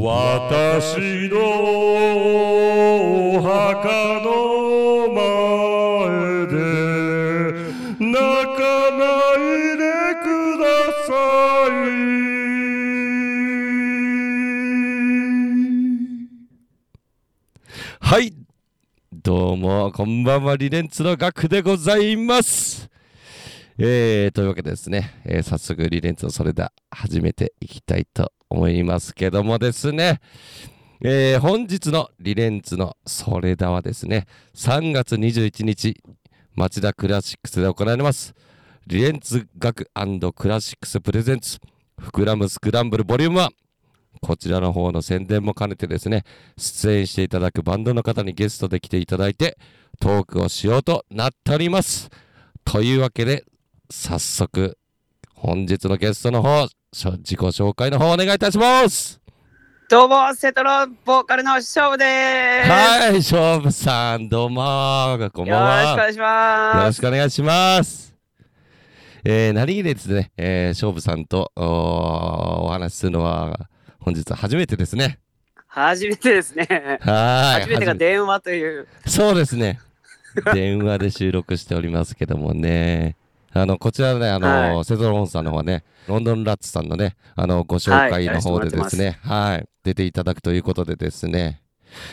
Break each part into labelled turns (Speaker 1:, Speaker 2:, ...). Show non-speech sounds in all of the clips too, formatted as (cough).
Speaker 1: 私のお墓の前で泣かないでくださいはいどうもこんばんはリレンツのガクでございますえー、というわけでですね、えー早速リレンツのそれでは始めていきたいと思いますけどもですね、えー本日のリレンツのそれだはですね、3月21日、町田クラシックスで行われます、リレンツ学クラシックスプレゼンツ、膨らむスクランブルボリューム1。こちらの方の宣伝も兼ねてですね、出演していただくバンドの方にゲストで来ていただいて、トークをしようとなっております。というわけで、早速、本日のゲストの方、しょ自己紹介の方お願いいたします。
Speaker 2: どうも、セトロボーカルの勝負です。
Speaker 1: はい、勝負さん、どうも、こん
Speaker 2: よ
Speaker 1: ばんは。
Speaker 2: ろしくお願いしま
Speaker 1: よろ
Speaker 2: す。
Speaker 1: しくお願いします。えー、何気にですね、えー、勝負さんとおお話しするのは、本日初めてですね。
Speaker 2: 初めてですね。
Speaker 1: はーい。
Speaker 2: 初めてが
Speaker 1: 初め
Speaker 2: 電話という。
Speaker 1: そうですね。電話で収録しておりますけどもね。あの、こちらね、あの、
Speaker 2: は
Speaker 1: セゾロンさんの方はね、ロンドンラッツさんのね、あの、ご紹介の方でですね、はい、出ていただくということでですね、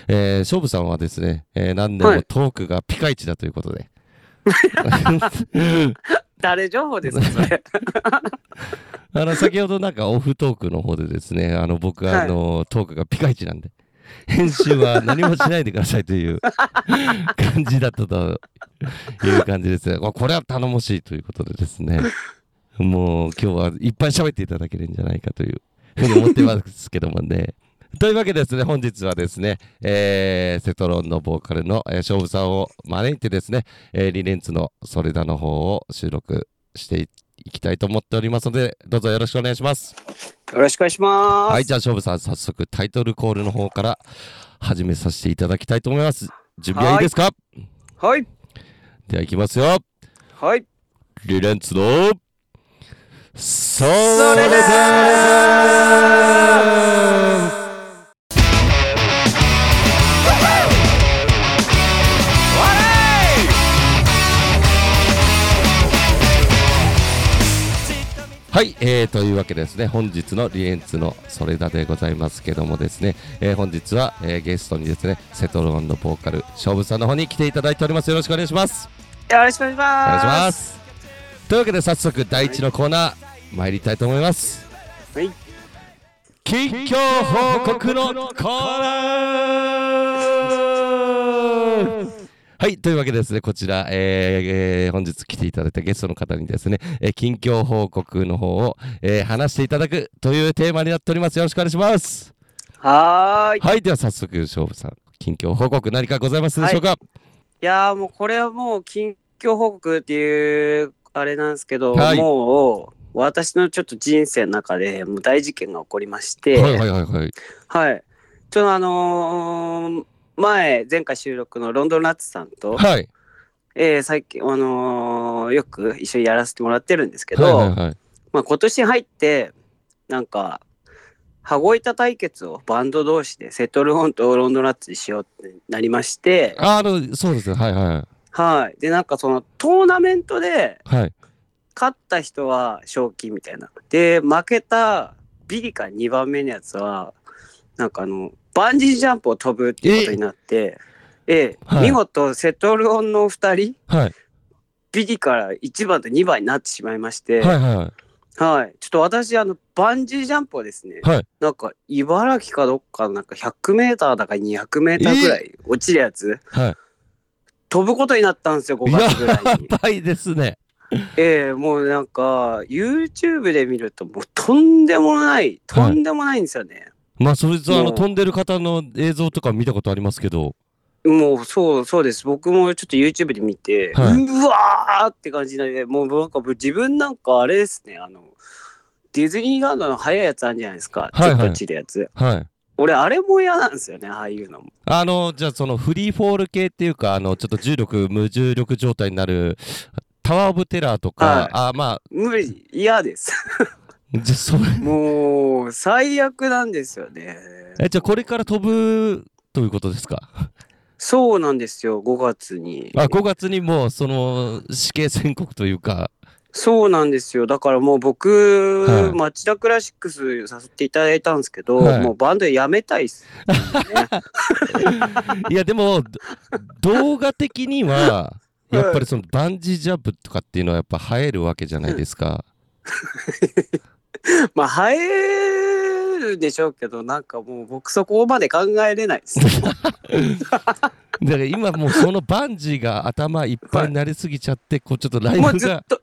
Speaker 1: えー、勝負さんはですね、えー何で
Speaker 2: は
Speaker 1: も
Speaker 2: い
Speaker 1: トークがピカイチだということ (laughs) で、
Speaker 2: 誰情報ですか、それ。
Speaker 1: あの、先ほどなんかオフトークの方でですね、あの、僕は
Speaker 2: は
Speaker 1: あ
Speaker 2: い
Speaker 1: の、トークがピカイチなんで、編集は何もしないでくださいという感じだったという感じですね。ここれは頼もしいということでですね、もう今日はいっぱい喋っていただけるんじゃないかというふうに思ってますけどもね。というわけでですね、本日はですね、えーセトロンのボーカルの、えー、勝負さんを招いてですね、えーリレンツのソレダの方を収録していいきたいと思っておりますので、どうぞよろしくお願いします。
Speaker 2: よろしくお願いします。
Speaker 1: はい、じゃあ勝負さん、早速タイトルコールの方から始めさせていただきたいと思います。準備はいいですか
Speaker 2: はい。
Speaker 1: では行きますよ。
Speaker 2: はい。
Speaker 1: リレンツの、そ
Speaker 2: れ
Speaker 1: れ
Speaker 2: だ
Speaker 1: だはい、えー、というわけでですね、本日のリエンツのそれだでございますけどもですね、えー本日は、えーゲストにですね、セトロンのボーカル、勝負さんの方に来ていただいております。よろしくお願いします。
Speaker 2: よろしくお願いし
Speaker 1: お願
Speaker 2: ま
Speaker 1: い
Speaker 2: す。
Speaker 1: します。というわけで早速第一のコーナー参りたいと思います。
Speaker 2: はい。
Speaker 1: 近況報告のコーナー。はい、というわけでですね、こちら、えーえー本日来ていただいたゲストの方にですね、えー近況報告の方を、えー話していただくというテーマになっております。よろしくお願いします。
Speaker 2: はーい。い
Speaker 1: はい、では早速、勝負さん、近況報告何かございますでしょうか。
Speaker 2: やー、もうこれはもう近況報告っていう、あれなんですけど、
Speaker 1: はい
Speaker 2: もう、私のちょっと人生の中でもう大事件が起こりまして、
Speaker 1: はい、はい、はい、はい。
Speaker 2: はい。ちょっとあのー前、前回収録のロンドンラッツさんと、
Speaker 1: はい、
Speaker 2: えー最近、あのーよく一緒にやらせてもらってるんですけど、
Speaker 1: はい、はい、はい。
Speaker 2: まあ、今年入って、なんか、羽子板対決をバンド同士でセトルオンとロンドンラッツにしようってなりまして、
Speaker 1: あの、そうですね、はい、は
Speaker 2: はい。で、なんかそのトーナメントで
Speaker 1: い、はい。
Speaker 2: 勝った人は賞金みたいな。で、負けたビリカ2番目のやつは、なんかあの、バンジージャンプを飛ぶっていうことになって、ええ
Speaker 1: はい
Speaker 2: 見事セトルオンの2人、
Speaker 1: はい、
Speaker 2: ビリから1番と2番になってしまいまして、
Speaker 1: はい、はい。
Speaker 2: はい。ちょっと私、あの、バンジージャンプをですね、
Speaker 1: はい
Speaker 2: なんか、茨城かどっかの、なんか100メーターだか200メーターぐらい落ちるやつ、
Speaker 1: は
Speaker 2: 飛ぶことになったんですよ、5
Speaker 1: い。や
Speaker 2: 月ぐらいに。
Speaker 1: やばいですね。
Speaker 2: ええもうなんか、YouTube で見ると、もうとんでもない、とんでもないんですよね。
Speaker 1: まあ、それとあの
Speaker 2: もう
Speaker 1: 飛んでる方の映像とか見たことありますけど、
Speaker 2: もう、そう、そうです。僕もちょっと YouTube で見て、
Speaker 1: はいう
Speaker 2: わーって感じなんで、もうなんか、自分なんかあれですね、あの、ディズニーランドの速いやつあるんじゃないですか、
Speaker 1: はいはい
Speaker 2: ちょっと落ちるやつ。
Speaker 1: はい。
Speaker 2: 俺、あれも嫌なんですよね、ああいうのも。
Speaker 1: あの、じゃあそのフリーフォール系っていうか、あの、ちょっと重力、無重力状態になる、タワー・オブ・テラーとか、
Speaker 2: はい
Speaker 1: あまあ、
Speaker 2: 無理、嫌です。
Speaker 1: じゃ、それ、 (laughs)
Speaker 2: もう、最悪なんですよね。
Speaker 1: え、じゃあこれから飛ぶということですか
Speaker 2: そうなんですよ、5月に。
Speaker 1: あ、5月にもう、その、死刑宣告というか、
Speaker 2: そうなんですよ。だからもう僕、
Speaker 1: はい
Speaker 2: 町田クラシックスさせていただいたんですけど、
Speaker 1: はい
Speaker 2: もうバンドやめたいっす。 (laughs)
Speaker 1: いや、でも、ど動画的には、やっぱりそのバンジージャンプとかっていうのはやっぱ映えるわけじゃないですか。
Speaker 2: まあ、映えるでしょうけど、なんかもう僕そこまで考えれな
Speaker 1: (laughs)
Speaker 2: いです。
Speaker 1: だから今もうそのバンジーが頭いっぱいになりすぎちゃって、こうちょっとライ
Speaker 2: もう
Speaker 1: ブ
Speaker 2: ずっ
Speaker 1: が、
Speaker 2: と、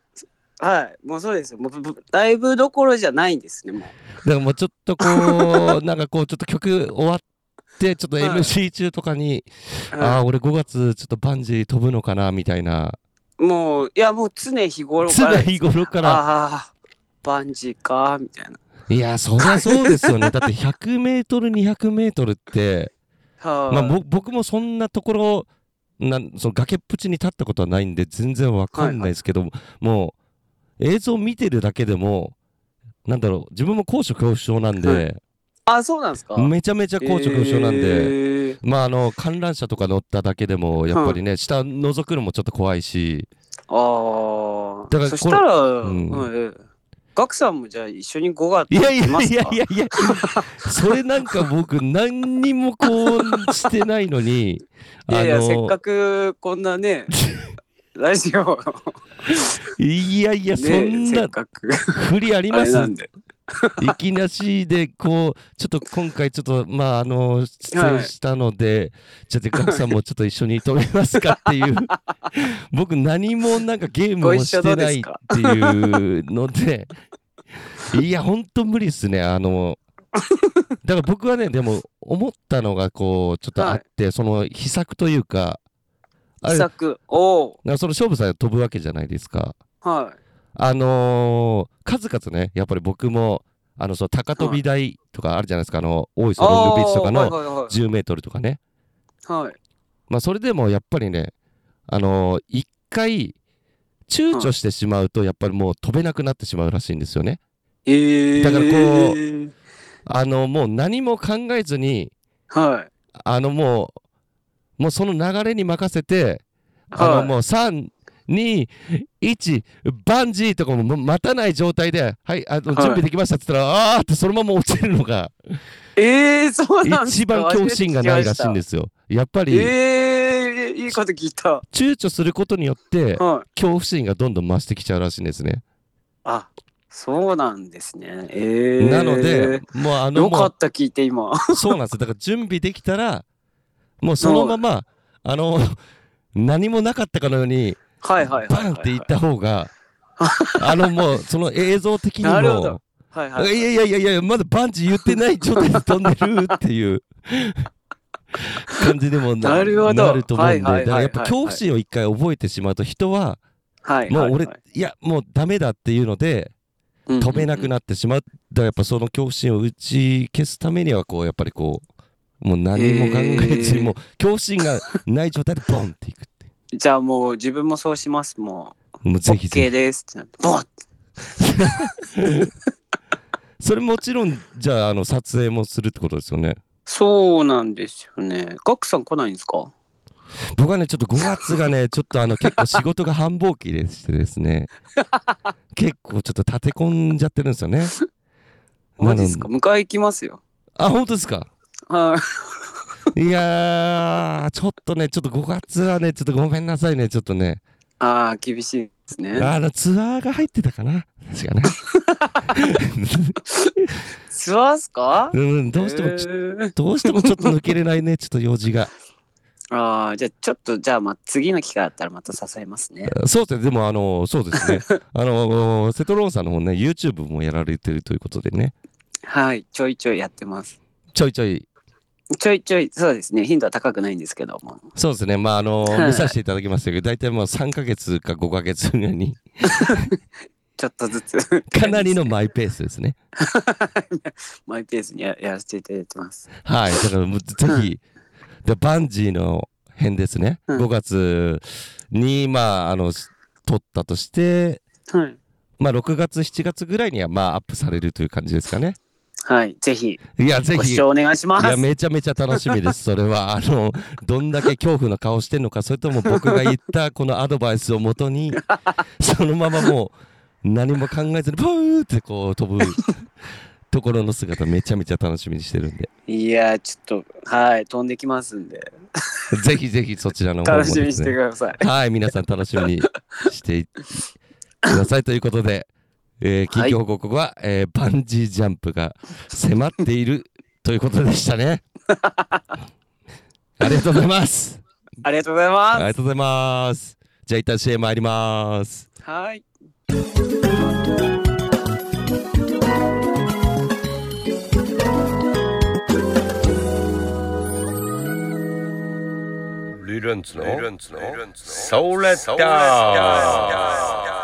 Speaker 2: はい、もうそうですよ。もうぶライブどころじゃないんですね、もう。
Speaker 1: だからもうちょっとこう、なんかこうちょっと曲終わって、ちょっと
Speaker 2: はい
Speaker 1: MC 中とかに、ああ、俺5月ちょっとバンジー飛ぶのかな、みたいな。
Speaker 2: もう、いや、もう常日頃か
Speaker 1: 常
Speaker 2: ら。
Speaker 1: 日頃から。
Speaker 2: ああ、バンジーか、みたいな。
Speaker 1: いや、そりゃそうですよね。だって100メートル、200メートルって、
Speaker 2: はい
Speaker 1: まあ、ぼ僕もそんなところなんその崖っぷちに立ったことはないんで全然わかんないですけど、もう映像見てるだけでもなんだろう自分も高所恐怖症なんで、
Speaker 2: あ、そうなんですか。
Speaker 1: めちゃめちゃ高所恐怖症なんで、
Speaker 2: へえ
Speaker 1: まああの観覧車とか乗っただけでもやっぱりね、下覗くのもちょっと怖いし
Speaker 2: ああ。
Speaker 1: だから
Speaker 2: そしたら、
Speaker 1: ん
Speaker 2: うんガクさんもじゃあ一緒に5月
Speaker 1: いやいや
Speaker 2: 行きま
Speaker 1: い
Speaker 2: す
Speaker 1: や
Speaker 2: か
Speaker 1: いやいやそれなんか僕何にもこうしてないのに
Speaker 2: いやいや、
Speaker 1: あの
Speaker 2: せっかくこんな
Speaker 1: (laughs)
Speaker 2: ね、ラジオ、
Speaker 1: いやいや
Speaker 2: ね、
Speaker 1: そん
Speaker 2: せっ
Speaker 1: な
Speaker 2: かく、
Speaker 1: ふりあり
Speaker 2: あ
Speaker 1: ま
Speaker 2: れ
Speaker 1: す
Speaker 2: なんで。
Speaker 1: いきなしでこうちょっと今回ちょっとまああの出演したので、ちょっとガクさんもちょっと一緒に飛びますかっていう僕何もなんかゲーム
Speaker 2: ご
Speaker 1: を
Speaker 2: 一
Speaker 1: し
Speaker 2: 緒
Speaker 1: て
Speaker 2: どうで
Speaker 1: ない
Speaker 2: す
Speaker 1: っ
Speaker 2: か
Speaker 1: ていうのでいやほんと無理っすねあのだから僕はねでも思ったのがこうちょっとあって、その秘策というかあれ
Speaker 2: 秘
Speaker 1: だか
Speaker 2: 策、おお、
Speaker 1: らその勝負さんが飛ぶわけじゃないですか。
Speaker 2: は
Speaker 1: あのー数々ね、やっぱり僕も、あの、そう、高飛び台とかあるじゃないですか、あの、大
Speaker 2: い。
Speaker 1: 磯ロングビーチとか
Speaker 2: あー
Speaker 1: の
Speaker 2: はいはい
Speaker 1: 10メートルとかね。
Speaker 2: はい。はい。
Speaker 1: まあ、それでもやっぱりね、あのー一回、躊躇してしまうと、やっぱりもう飛べなくなってしまうらしいんですよね。
Speaker 2: ええ
Speaker 1: だからこ
Speaker 2: う、
Speaker 1: あの、もう何も考えずに、
Speaker 2: はい。
Speaker 1: あの、もう、もうその流れに任せて、あ
Speaker 2: は
Speaker 1: の、
Speaker 2: い
Speaker 1: もう3、2、1、バンジーとかももう待たない状態で、はい、あの準
Speaker 2: はい
Speaker 1: 備できましたって言ったら、あーってそのまま落ちるのが、
Speaker 2: ええそう (laughs) なんです
Speaker 1: 一
Speaker 2: か。
Speaker 1: 番恐怖心がないらしいんですすよ。やっぱり、
Speaker 2: ええいいこと聞いた。
Speaker 1: 躊躇することによって、
Speaker 2: はい。
Speaker 1: 恐怖心がどんどん増してきちゃうらしいんですね。
Speaker 2: あ、そうなんですね。ええ
Speaker 1: なので、、もうあの、
Speaker 2: よか
Speaker 1: も
Speaker 2: った聞いて今。
Speaker 1: う、そうなんですよ。だから準備できたら、もうそのまま、あの、何もなかったかのように、
Speaker 2: はいはいはいはい、
Speaker 1: バンっていった方
Speaker 2: (laughs)
Speaker 1: が、あの、もう、その映像的に
Speaker 2: なるほ
Speaker 1: も
Speaker 2: ど、はいはいい。
Speaker 1: やいやいやいや、まだバンジー言ってない状態で飛んでるっていう感じでもな
Speaker 2: なるほど
Speaker 1: なると思うんで、
Speaker 2: はいはいはいはい
Speaker 1: だからやっぱ恐怖心を一回覚えてしまうと、人は、
Speaker 2: はい。
Speaker 1: もう俺、
Speaker 2: はい
Speaker 1: や、もうダメだっていうので、
Speaker 2: い
Speaker 1: 飛べなく
Speaker 2: っ
Speaker 1: なってしまう、だからやっぱその恐怖心を打ち消すためには、こう、やっぱりこう、もう何も考えずに、
Speaker 2: へー
Speaker 1: もう恐怖心がない状態で、ボンっていくってい
Speaker 2: じゃあもう自分もそうします。も
Speaker 1: う、もう
Speaker 2: う、
Speaker 1: ぜひぜ
Speaker 2: OK ですってなって、ボン
Speaker 1: ひ、それもちろん、じゃあ、あの撮影もするってことですよね。
Speaker 2: そうなんですよね。ガクさん来ないんですか
Speaker 1: 僕はねちょっと5月がね (laughs) ちょっとあの結構仕事が繁忙期でしてですね結構ちょっと立て込んじゃってるんですよね
Speaker 2: マジですか
Speaker 1: な
Speaker 2: 迎え行きますよ。
Speaker 1: あ本当ですか
Speaker 2: はい。
Speaker 1: いやーちょっとねちょっと5月はねちょっとごめんなさいねちょっとね
Speaker 2: ああ、厳しいですね。
Speaker 1: あのツアーが入ってたかな確かね
Speaker 2: ツアーっすか
Speaker 1: うんどうしてもちょ
Speaker 2: えー
Speaker 1: どうしてもちょっと抜けれないねちょっと用事が
Speaker 2: ああ、じゃあちょっと、じゃあまあ次の機会あったらまた支えますね。
Speaker 1: そうですねでもあのそうですねあの瀬戸ローンさんの方ね YouTube もやられてるということでね
Speaker 2: はい。ちょいちょいやってます。
Speaker 1: ちょいちょい
Speaker 2: ちょいちょい、そうですね。頻度は高くないんですけども。
Speaker 1: そうですね、まああの
Speaker 2: はい
Speaker 1: 見させていただきましたけど、大体もう3ヶ月か5ヶ月ぐらい
Speaker 2: (laughs)
Speaker 1: に、。
Speaker 2: ちょっとずつ
Speaker 1: かなりのマイペースですね。
Speaker 2: (laughs) マイペースにややらせていただいてます。
Speaker 1: はい、だからもうぜひ、でバンジーの編ですね、
Speaker 2: うん
Speaker 1: 5月に、まあ、あの撮ったとして、
Speaker 2: はい。
Speaker 1: まあ、6月、7月ぐらいには、まあ、アップされるという感じですかね。
Speaker 2: はい、ぜひ
Speaker 1: いや、ぜ
Speaker 2: ご
Speaker 1: ひ。
Speaker 2: 視
Speaker 1: い
Speaker 2: 聴お願いします。
Speaker 1: や、めちゃめちゃ楽しみです。それは、あの、どんだけ恐怖の顔してんのか、それとも僕が言ったこのアドバイスをもとに、そのままもう、何も考えずに、ブーってこう飛ぶところの姿、めちゃめちゃ楽しみにしてるんで、
Speaker 2: いや、ちょっと、はい、飛んできますんで、
Speaker 1: ぜひぜひそちらの方もです
Speaker 2: 楽し
Speaker 1: ね
Speaker 2: みにしてください。
Speaker 1: はい、皆さん楽しみにしていくださいということで、えー、緊急報告は、えーバンジージャンプが迫っているということでした
Speaker 2: (laughs)
Speaker 1: ね。ありがとうございます。
Speaker 2: ありがとうござい
Speaker 1: あり
Speaker 2: ま
Speaker 1: がとうございます。じゃあ一旦 CM 入ります。
Speaker 2: す。はい。
Speaker 3: リレンツのソーレッダー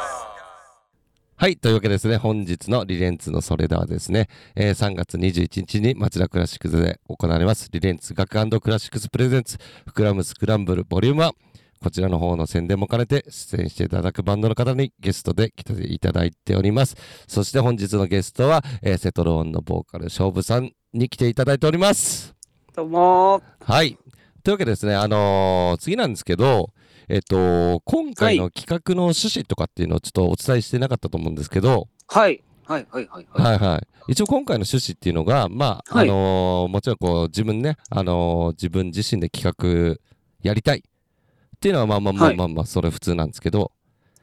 Speaker 1: はい。というわけですね。本日のリレンツのそれだはですね、えー3月21日に町田クラシックスで行われます、リレンツ学クラシックスプレゼンツ、膨らむスクランブルボリューム1。こちらの方の宣伝も兼ねて出演していただくバンドの方にゲストで来ていただいております。そして本日のゲストは、えーセトローンのボーカル、勝負さんに来ていただいております。
Speaker 2: どうも
Speaker 1: はい。というわけでですね、あのー次なんですけど、えっと、今回の企画の趣旨とかっていうのをちょっとお伝えしてなかったと思うんですけど、
Speaker 2: ー。はい。はい、はい、はい。はい。
Speaker 1: はいはい、一応今回の趣旨っていうのが、まあ
Speaker 2: はい
Speaker 1: あのーもちろんこう自分ね、あのー自分自身で企画やりたいっていうのはまあまあまあ
Speaker 2: はい
Speaker 1: まあまあそれ普通なんですけど、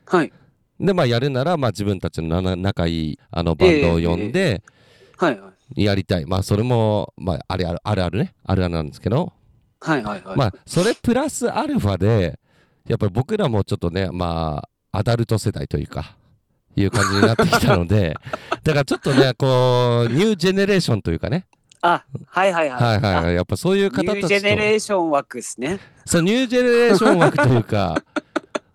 Speaker 2: はい。
Speaker 1: でまあやるならまあ自分たちのな仲いいあのバンドを呼んで
Speaker 2: はい、はい。
Speaker 1: やりたい、まあそれも、まあ、あれあるあるあるねあるあるなんですけど、
Speaker 2: はい、はい、はい。
Speaker 1: まあそれプラスアルファでやっぱり僕らもちょっとねまあアダルト世代というかいう感じになってきたので (laughs) だからちょっとねこうニュージェネレーションというかね
Speaker 2: あ、はい、はい、はい。
Speaker 1: はいはい
Speaker 2: あ
Speaker 1: はい、やっぱそういう方
Speaker 2: ニ
Speaker 1: た
Speaker 2: ュー
Speaker 1: ち
Speaker 2: ジ
Speaker 1: と
Speaker 2: ェネレーション枠ですね。
Speaker 1: そうニュージェネレーション枠という
Speaker 2: (laughs)
Speaker 1: か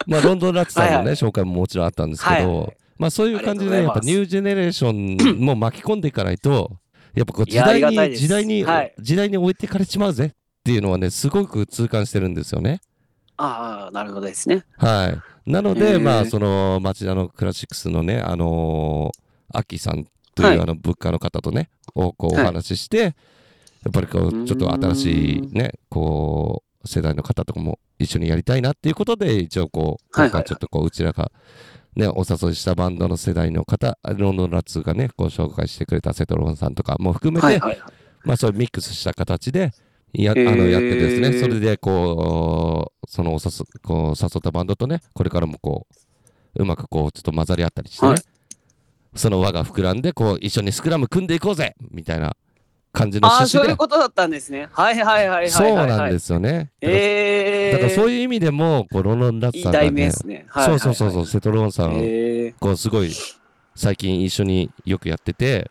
Speaker 1: まあロンドンラッツさんのね、
Speaker 2: はいはい
Speaker 1: 紹介ももちろんあったんですけど、
Speaker 2: はいはい
Speaker 1: まあそういう感じで
Speaker 2: あ
Speaker 1: ね
Speaker 2: り
Speaker 1: や
Speaker 2: が
Speaker 1: っ
Speaker 2: と
Speaker 1: ぱ
Speaker 2: うご
Speaker 1: ニ
Speaker 2: ざい
Speaker 1: ュージェ
Speaker 2: ま
Speaker 1: ネレーションも巻き込んでいかないとやっぱこう
Speaker 2: い
Speaker 1: 時
Speaker 2: やあ
Speaker 1: 代
Speaker 2: りがた
Speaker 1: に
Speaker 2: いです
Speaker 1: 時代に、
Speaker 2: はい
Speaker 1: 時代に置いてかれちまうぜっていうのはねすごく痛感してるんですよね。
Speaker 2: ああ、なるほどですね。
Speaker 1: はい。なので、
Speaker 2: えー
Speaker 1: まあ、その、町田のクラシックスのね、あのー、アキさんという、
Speaker 2: はい
Speaker 1: あの、物価の方とね、をこう、お
Speaker 2: はい
Speaker 1: 話しして、やっぱりこ
Speaker 2: うー
Speaker 1: う、
Speaker 2: ん
Speaker 1: ちょっと新しいね、こう、世代の方とかも一緒にやりたいなっていうことで、一応こう、
Speaker 2: はい
Speaker 1: 今回ちょっとこう、うちらが、ね、お誘いしたバンドの世代の方、ロンドンラッツがね、ご紹介してくれたセトロンさんとかも含めて、
Speaker 2: はい、はい。はい
Speaker 1: まあ、それミックスした形でや,、
Speaker 2: へ
Speaker 1: あの
Speaker 2: ー
Speaker 1: やってですねそれでこうそのおさすこう誘ったバンドとねこれからもこううまくこうちょっと混ざり合ったりしてね、
Speaker 2: はい
Speaker 1: その輪が膨らんでこう一緒にスクラム組んでいこうぜみたいな感じの
Speaker 2: ああ、
Speaker 1: 趣
Speaker 2: そう
Speaker 1: 旨
Speaker 2: い
Speaker 1: で
Speaker 2: うことだったんですね。はい、はい、はい、はい。。
Speaker 1: そうなんですすよね、だから
Speaker 2: ええ。
Speaker 1: だからそう
Speaker 2: い
Speaker 1: いう意味でもこうロンロンラッツ
Speaker 2: いい
Speaker 1: さんが
Speaker 2: 題名
Speaker 1: ね
Speaker 2: ですね。はい
Speaker 1: そうそうそうそう。瀬戸ロンさ
Speaker 2: はいはい
Speaker 1: ん
Speaker 2: ええ。
Speaker 1: こうすごい最近一緒によくやってて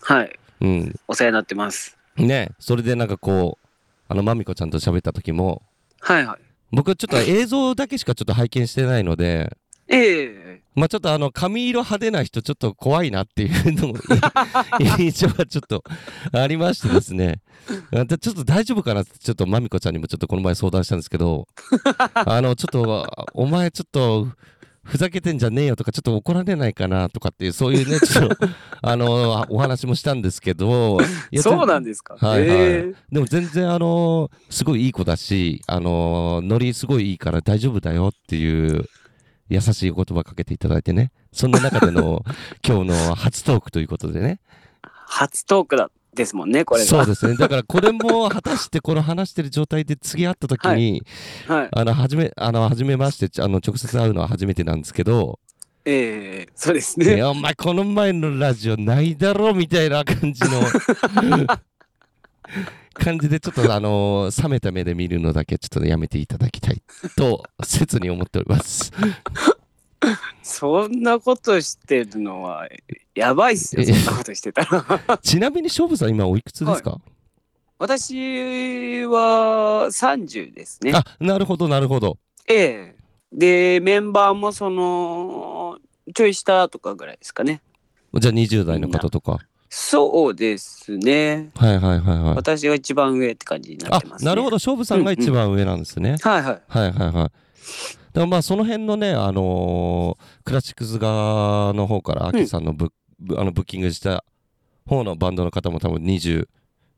Speaker 2: はい。
Speaker 1: うん
Speaker 2: お世話になってます。
Speaker 1: ねそれでなんかこうあのまみこちゃんと喋った時も
Speaker 2: はい、はい。
Speaker 1: 僕はちょっと映像だけしかちょっと拝見してないので、
Speaker 2: ええ。
Speaker 1: まあちょっとあの髪色派手な人ちょっと怖いなっていう
Speaker 2: (laughs)
Speaker 1: のも印象がちょっとありましてですねあでちょっと大丈夫かなってちょっとまみこちゃんにもちょっとこの前相談したんですけどあのちょっとお前ちょっとふざけてんじゃねえよとかちょっと怒られないかなとかっていうそういうねちょっとあのお話もしたんですけどいや
Speaker 2: そうなんですか。
Speaker 1: はいはい
Speaker 2: えー
Speaker 1: でも全然あのーすごいいい子だし、あのーノリすごいいいから大丈夫だよっていう優しいお言葉かけていただいてね。そんな中で
Speaker 2: (laughs)
Speaker 1: の今日の初トークということでね。
Speaker 2: 初トークだですもんね、これ
Speaker 1: そう
Speaker 2: が。
Speaker 1: ですね。だからこれも果たしてこの話してる状態で次会った時
Speaker 2: は
Speaker 1: に、
Speaker 2: はい。
Speaker 1: あの、はじめ、あの、はじめまして、あの、直接会うのは初めてなんですけど、
Speaker 2: ええそうです
Speaker 1: い
Speaker 2: ね。
Speaker 1: やお前この前のラジオないだろみたいな感じの
Speaker 2: (laughs)
Speaker 1: 感じでちょっとあのー冷めた目で見るのだけちょっとやめていただきたいと切に思っております。
Speaker 2: (laughs) そんなことしてるのは、やばいっすよ、
Speaker 1: え
Speaker 2: そんなことしてたら。 (laughs)
Speaker 1: ちなみに勝負さん今おいくつですか、
Speaker 2: 私は30ですね。
Speaker 1: あなるほどなるほど。
Speaker 2: ええで、メンバーもその、ちょい下とかぐらいですかね。
Speaker 1: じゃあ20代の方とか。
Speaker 2: そうですね。
Speaker 1: はいはいはいはい。
Speaker 2: 私が一番上って感じになっ
Speaker 1: あ
Speaker 2: てます、ね。
Speaker 1: なるほど勝負さんが一番上なんですね。
Speaker 2: ど。はいはい。
Speaker 1: はいはいはい。からまあその辺のね、あのークラシックス側の方から、アキさんのブ,、あのブッキングした方のバンドの方も多分20、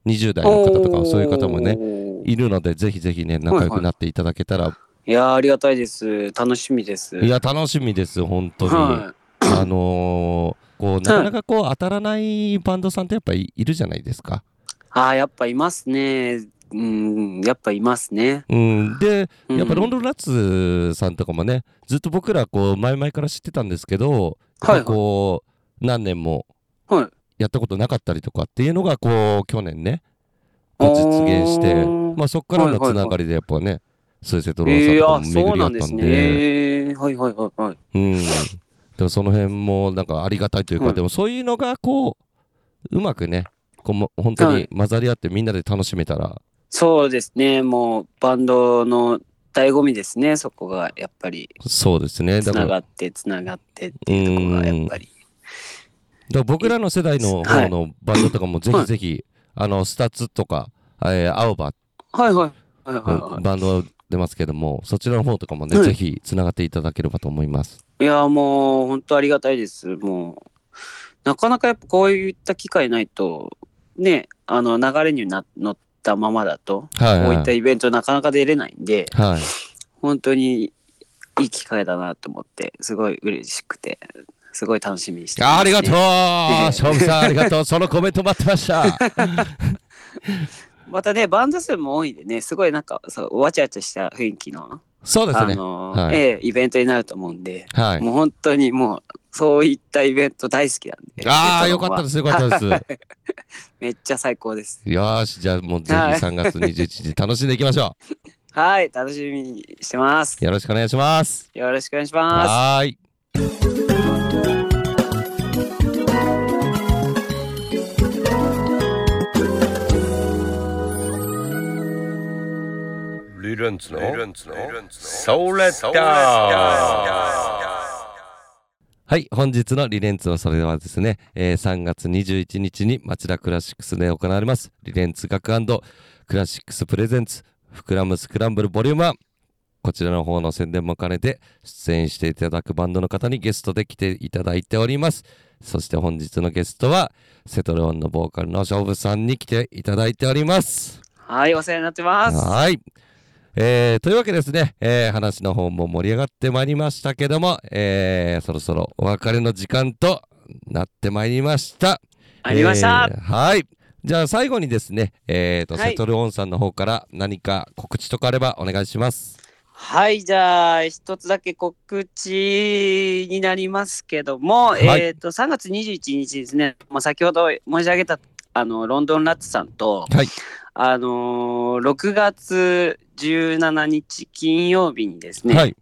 Speaker 1: 20代の方とか、そういう方もね、
Speaker 2: おー
Speaker 1: いるので、ぜひぜひね、仲良くなっていただけたら、
Speaker 2: いやーありがたいです楽しみです
Speaker 1: い、や、楽しみです、本当に。
Speaker 2: は
Speaker 1: あのーこうなかなかこう当たらないバンドさんってやっぱいいるじゃないですか。
Speaker 2: い、あーやっぱいますねうんやっぱいますね、
Speaker 1: うん、で
Speaker 2: うん
Speaker 1: やっぱロンドンラッツさんとかもねずっと僕らこう前々から知ってたんですけど、
Speaker 2: はいはい
Speaker 1: やっぱこう何年も
Speaker 2: はい
Speaker 1: やったことなかったりとかっていうのがこう去年ねこう実現して
Speaker 2: あー
Speaker 1: まあ、そこからのつながりでやっぱね、スイセトローさんとかも巡り合ったんで,、
Speaker 2: えーあそうなんですね。えーはいはいはいはい。
Speaker 1: うん、でもその辺もなんかありがたいというか、
Speaker 2: はい
Speaker 1: でもそういうのがこううまくねこうも本当
Speaker 2: は
Speaker 1: に
Speaker 2: い
Speaker 1: 混ざり合ってみんなで楽しめたら、
Speaker 2: そうですね。もうバンドの醍醐味ですね。そこがやっぱり
Speaker 1: そうですね
Speaker 2: つ
Speaker 1: だか
Speaker 2: な
Speaker 1: ら
Speaker 2: がってつながってっていうところがやっぱ
Speaker 1: だ
Speaker 2: り。
Speaker 1: から僕らの世代の
Speaker 2: はい
Speaker 1: 方のバンドとかもぜひぜひ、あのスタッツとか、えー、青葉
Speaker 2: はいはいはいはい、は
Speaker 1: バンド出ますけどもそちらの方とかもね、
Speaker 2: はい
Speaker 1: ぜひつながっていただければと思います。
Speaker 2: い。いやもう本当ありがたいです。もうなかなかやっぱこういった機会ないとねあの流れにな乗ったままだと
Speaker 1: はい、
Speaker 2: こうい
Speaker 1: は
Speaker 2: った
Speaker 1: い
Speaker 2: イベントなかなか出れないんで
Speaker 1: はい、
Speaker 2: 本当にいい機会だなと思ってすごい嬉しくてすごい楽しみにしてます
Speaker 1: ありがとう
Speaker 2: ね (laughs)
Speaker 1: 勝負さんありがとうそのコメント待ってました
Speaker 2: またねバンド数も多いんでねすごいなんかそうわちゃわちゃした雰囲気の、
Speaker 1: そうです
Speaker 2: あ
Speaker 1: ね
Speaker 2: の
Speaker 1: はい
Speaker 2: ええイベントになると思うんで、
Speaker 1: はい
Speaker 2: もう本当にもうそういったイベント大好きなんで
Speaker 1: ああよかったですすよかったです
Speaker 2: めっちゃ最高 (laughs) です
Speaker 1: よーしじゃあもうぜひ
Speaker 2: はい
Speaker 1: 3月21日楽しんでいきましょ
Speaker 2: はい楽しみにしてます
Speaker 1: うよろしくお願いします
Speaker 2: よろしくお願いします
Speaker 1: はーい
Speaker 3: リレンツのソーレッダー
Speaker 1: はい、本日のリレンツのそれではですね、えー3月21日に町田クラシックスで行われます、リレンツ学クラシックスプレゼンツ、フクラムスクランブルボリューム1。こちらの方の宣伝も兼ねて、出演していただくバンドの方にゲストで来ていただいております。そして本日のゲストは、セトロンのボーカルの勝負さんに来ていただいております。
Speaker 2: はいお世話になってます
Speaker 1: はい。えーというわけですね、えー話の方も盛り上がってまいりましたけども、えーそろそろお別れの時間となってまいりました。
Speaker 2: ありました、
Speaker 1: えーはい。じゃあ最後にですね、えーと、
Speaker 2: はい
Speaker 1: セトルオンさんの方から何か告知とかあればお願いします。
Speaker 2: はい、じゃあ、一つだけ告知になりますけども、
Speaker 1: はい
Speaker 2: えっ、と、3月21日ですね、まあ、先ほど申し上げた、あの、ロンドンラッツさんと、
Speaker 1: はい。
Speaker 2: あのー6月17日金曜日にですね、
Speaker 1: はい。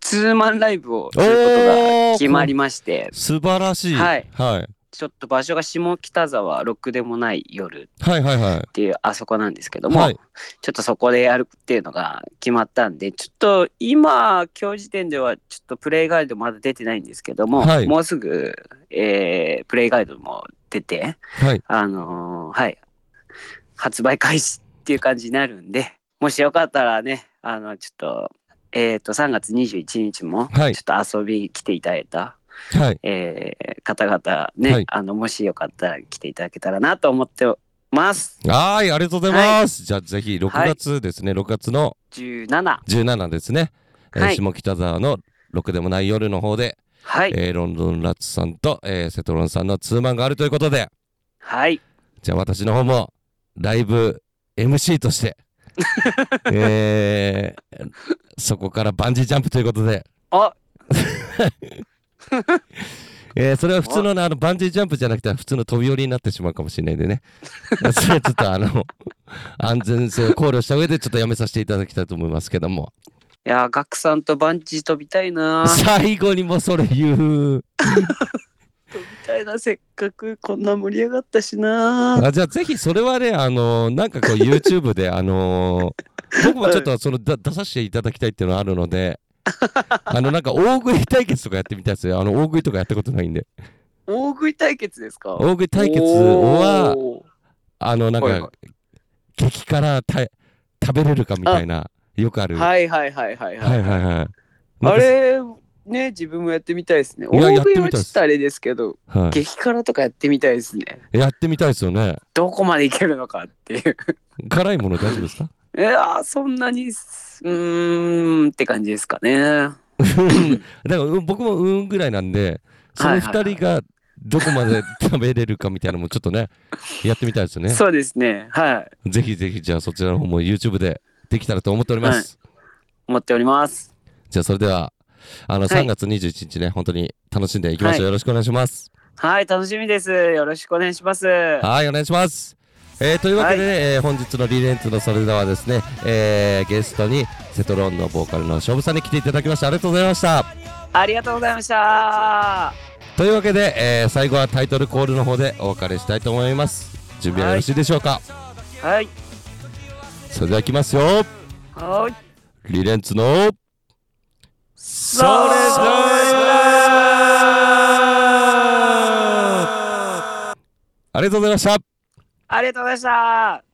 Speaker 2: ツーマンライブをすることが決まりまして、
Speaker 1: 素晴らしい。
Speaker 2: はい
Speaker 1: はい。
Speaker 2: ちょっと場所が下北沢6でもない夜
Speaker 1: はいはいはい。
Speaker 2: っていうあそこなんですけども、
Speaker 1: はい
Speaker 2: ちょっとそこでやるっていうのが決まったんでちょっと今今日時点ではちょっとプレイガイドまだ出てないんですけども、
Speaker 1: はい
Speaker 2: もうすぐ、えープレイガイドも出て
Speaker 1: はい。
Speaker 2: あのーはい発売開始っていう感じになるんでもしよかったらねあのちょっとえっ、と3月21日もちょ
Speaker 1: はい
Speaker 2: っと遊びに来ていただいた、
Speaker 1: はい。
Speaker 2: えー方々ね、
Speaker 1: はい
Speaker 2: あのもしよかったら来ていただけたらなと思ってます
Speaker 1: はーい。ありがとうございます。じゃあぜひ6
Speaker 2: はい
Speaker 1: 月ですね、6月の
Speaker 2: 17
Speaker 1: 17ですね、えー
Speaker 2: はい
Speaker 1: 下北沢の6でもない夜の方で、
Speaker 2: はい、
Speaker 1: えーロンドンラッツさんと、えーセトロンさんのツーマンがあるということで
Speaker 2: はい
Speaker 1: じゃあ私の方もライブ MC と
Speaker 2: (laughs)
Speaker 1: して、えーそこからバンジージャンプということで、
Speaker 2: あ
Speaker 1: (laughs) えーそれは普通のねあのバンジージャンプじゃなくて普通の飛び降りになってしまうかもしれないんで
Speaker 2: (laughs)
Speaker 1: ねそれはちょっとあの安全性を考慮した上でちょっとやめさせていただきたいと思いますけども
Speaker 2: いやー、ガクさんとバンジー飛びたいな
Speaker 1: (laughs)
Speaker 2: ー。
Speaker 1: 最後にもそれ言う。
Speaker 2: 飛びたいな、せっかくこんな盛り上がったしなー。
Speaker 1: あじゃあぜひそれはねあのーなんかこう YouTube であのー僕もちょっとそのだ出させていただきたいっていうのはあるのであのなんか大食い対決とかやってみたいですよあの大食いとかやったことないんで
Speaker 2: 大食い対決ですか
Speaker 1: 大食い対決は
Speaker 2: おー
Speaker 1: あのなん
Speaker 2: はいは
Speaker 1: か激辛た食べれるかみたいなよくあるは
Speaker 2: はいはいはいはい
Speaker 1: い
Speaker 2: は。
Speaker 1: はいいはいなん
Speaker 2: あ
Speaker 1: か
Speaker 2: れ、ね、自分もやってみたいですね。
Speaker 1: いや
Speaker 2: 大食い
Speaker 1: やってみ
Speaker 2: は
Speaker 1: たいで
Speaker 2: ちょっ
Speaker 1: す
Speaker 2: とあれですけど、
Speaker 1: は
Speaker 2: 激辛とかやってみたいですね。
Speaker 1: い、やってみたいですよね。
Speaker 2: どこまでいけるのかっていう。 (laughs)
Speaker 1: 辛いもの大丈夫ですか
Speaker 2: いやーそんなに、うーんって感じですかね。
Speaker 1: だから僕もうんぐらいなんで、その
Speaker 2: はいはいは
Speaker 1: 2
Speaker 2: い
Speaker 1: 人がどこまで食べれるかみたいなのもちょっと
Speaker 2: (laughs)
Speaker 1: ね、やってみたいですよね。
Speaker 2: そうですね。はい。
Speaker 1: ぜひぜひ、じゃあそちらの方も YouTube でできたらと思っております。
Speaker 2: 思っております。
Speaker 1: じゃあそれでは、あの
Speaker 2: はい
Speaker 1: 3月21日ね、本当に楽しんでいきましょう。
Speaker 2: はい
Speaker 1: よろしくお願いします。
Speaker 2: はい、楽しみです。よろしくお願いします。は
Speaker 1: はい、お願いします。えーというわけで、えー本日のリレンツのそれではですね、えーゲストにセトロンのボーカルの勝負さんに来ていただきました。ありがとうございました。
Speaker 2: ありがとうございました。
Speaker 1: というわけで、えー最後はタイトルコールの方でお別れしたいと思います。準備はよろしいでしょうか、
Speaker 2: はい。
Speaker 1: それではいきますよ。
Speaker 2: はい。
Speaker 1: リレンツのそれ
Speaker 2: ぞ
Speaker 1: ありがとうございました。
Speaker 2: ありがとうございました。